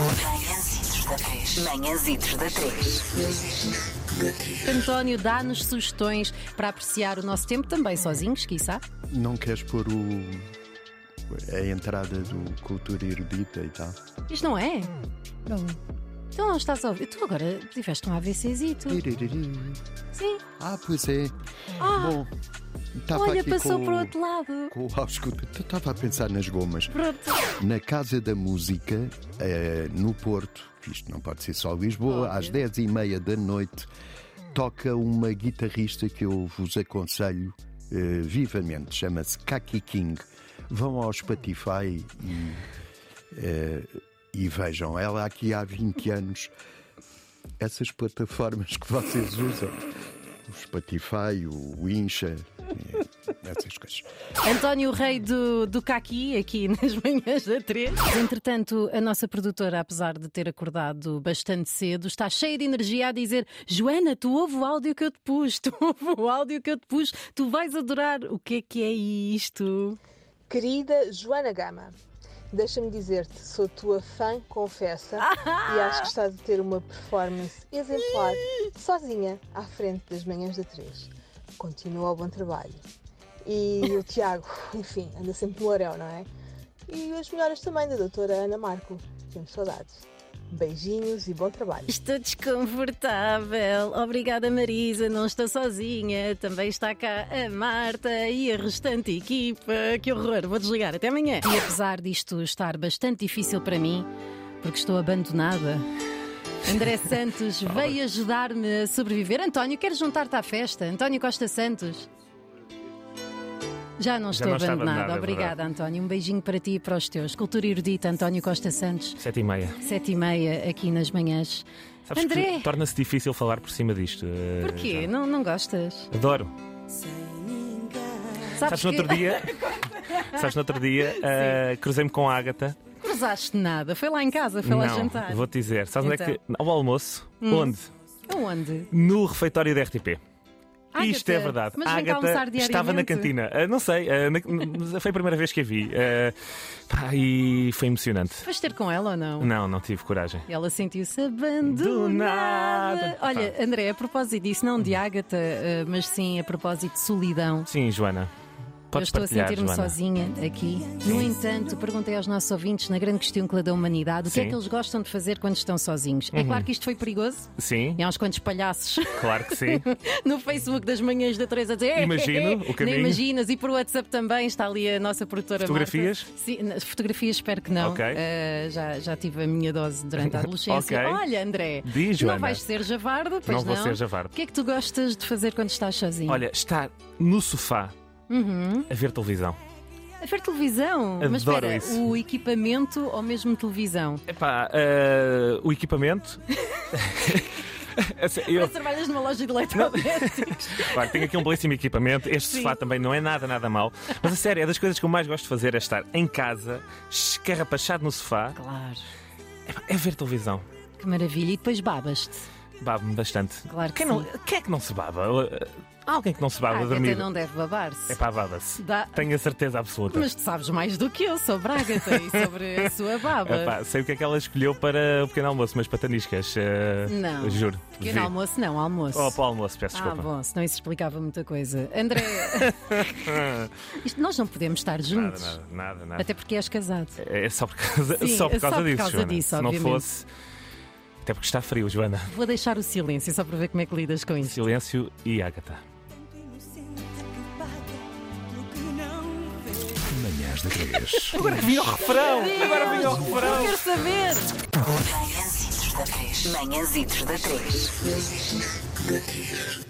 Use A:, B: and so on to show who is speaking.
A: Manhãzitos da 3. Manhãzitos da 3.
B: António dá-nos sugestões para apreciar o nosso tempo também sozinhos, quiçá.
C: Não queres pôr o. a entrada do Cultura Erudita e tal?
B: Isto não é?
C: Não.
B: Então não estás a ouvir. Tu agora tiveste um AVCzito. Sim.
C: Ah, pois é.
B: Ah,
C: Bom, estava
B: olha,
C: tá aqui
B: passou
C: com,
B: para o outro lado.
C: com o ausculta. Estava a pensar nas gomas.
B: Pronto.
C: Na Casa da Música, eh, no Porto, isto não pode ser só Lisboa,
B: Óbvio.
C: às 10 e meia da noite, toca uma guitarrista que eu vos aconselho eh, vivamente, chama-se Kaki King. Vão ao Spotify e, eh, e vejam, ela aqui há 20 anos, essas plataformas que vocês usam, o Spotify, o Incha, eh, essas coisas.
B: António, o rei do, do caqui, aqui nas manhãs da 3. Entretanto, a nossa produtora, apesar de ter acordado bastante cedo, está cheia de energia a dizer: Joana, tu ouve o áudio que eu te pus, tu ouve o áudio que eu te pus, tu vais adorar. O que é que é isto?
D: Querida Joana Gama, deixa-me dizer-te, sou tua fã, confessa, e acho que estás a ter uma performance exemplar, sozinha, à frente das manhãs da 3. Continua o bom trabalho. E o Tiago, enfim, anda sempre no orel, não é? E as melhoras também da doutora Ana Marco. Temos saudades. Beijinhos e bom trabalho.
B: Estou desconfortável. Obrigada, Marisa. Não estou sozinha. Também está cá a Marta e a restante equipa. Que horror. Vou desligar. Até amanhã. E apesar disto estar bastante difícil para mim, porque estou abandonada. André Santos veio ajudar-me a sobreviver. António, queres juntar-te à festa? António Costa Santos. Já não estou
E: não está
B: abandonada.
E: abandonada, é
B: Obrigada, António. Um beijinho para ti e para os teus. Cultura erudita, António Costa Santos.
E: Sete e meia.
B: Sete e meia aqui nas manhãs.
E: Sabes
B: André,
E: que torna-se difícil falar por cima disto. eh,
B: porquê? Não, não gostas?
E: já. Adoro.
B: Sabes
E: Sabes, no outro dia? sabes, no outro dia, eh, cruzei-me com a Ágata.
B: cruzaste nada. Foi lá em casa, foi lá
E: Não,
B: jantar.
E: vou-te dizer. Sabes onde é que.
B: Então.
E: Ao almoço. Onde?
B: Aonde?
E: No refeitório da RTP. Isto
B: Ágata,
E: é verdade.
B: Mas
E: a
B: vem cá almoçar
E: Ágata
B: diariamente.
E: estava na cantina. Ah, não sei, ah, na- foi a primeira vez que a vi. Ah, pá, e foi emocionante.
B: Vais ter com ela ou não?
E: Não, não tive coragem.
B: Ela sentiu-se abandonada.
E: Do nada.
B: Olha, André, a propósito disso, não de Ágata, eh, mas sim a propósito de solidão.
E: Sim, Joana.
B: Eu
E: Podes
B: estou a
E: partilhar,
B: sentir-me
E: Joana.
B: sozinha aqui. No entanto, perguntei aos nossos ouvintes, na grande questão que da humanidade, o que é
E: Sim. Uhum.
B: que eles gostam de fazer quando estão sozinhos. É claro que isto foi perigoso.
E: Sim,
B: E há uns quantos palhaços
E: claro que sim.
B: no Facebook das manhãs da Teresa a dizer "Eh,
E: Imagino
B: eh, eh",
E: o caminho.
B: Nem imaginas, e por WhatsApp também está ali a nossa produtora Marta.
E: Fotografias?
B: Sim, na- fotografias espero que não.
E: Ok.
B: Eh, já, já tive a minha dose durante a adolescência.
E: Ok.
B: Olha, André,
E: Diz,
B: não
E: Joana.
B: vais ser javardo, pois não.
E: Não vou ser javardo.
B: O que é que tu gostas de fazer quando estás sozinho?
E: Olha, estar no sofá
B: Uhum.
E: a ver televisão.
B: a ver televisão. Mas
E: Adoro
B: espera,
E: isso.
B: o equipamento ou mesmo televisão?
E: Epá, eh, o equipamento.
B: Para
E: Eu,
B: trabalhas numa loja de eletrodomésticos.
E: claro, tenho aqui um belíssimo equipamento. Este sofá também não é nada, nada mau. Mas a sério, é das coisas que eu mais gosto de fazer é estar em casa, escarrapachado no sofá,
B: claro.
E: Epá, é ver televisão.
B: Que maravilha. E depois babas-te.
E: Babo-me bastante.
B: Claro que
E: Quem, não, quem é que não se baba? Eh, Há alguém que não se baba
B: Ah,
E: a
B: até
E: dormir?
B: não deve babar-se.
E: Epá, baba-se.
B: Dá-
E: Tenho a certeza absoluta.
B: Mas tu sabes mais do que eu sobre Ágata e sobre a sua baba.
E: Epá, sei o que é que ela escolheu para o pequeno almoço, mas pataniscas. eh,
B: não.
E: Juro.
B: Pequeno
E: vi.
B: almoço, não, almoço.
E: Oh, para o almoço, peço
B: ah,
E: desculpa.
B: bom, senão isso explicava muita coisa. André, isto, nós não podemos estar
E: nada,
B: juntos.
E: nada, nada, nada.
B: Até porque és casado.
E: É só por causa,
B: Sim,
E: só por
B: é só
E: causa
B: por
E: disso,
B: causa
E: Joana.
B: disso,
E: Se
B: obviamente.
E: não fosse. Até porque está frio, Joana.
B: Vou deixar o silêncio só para ver como é que lidas com isso.
E: Silêncio e Ágata.
F: Manhãs da 3.
E: Agora vinha o refrão! Agora vinha o refrão!
B: Quero saber!
A: Manhãzitos da 3. Manhãzitos da 3.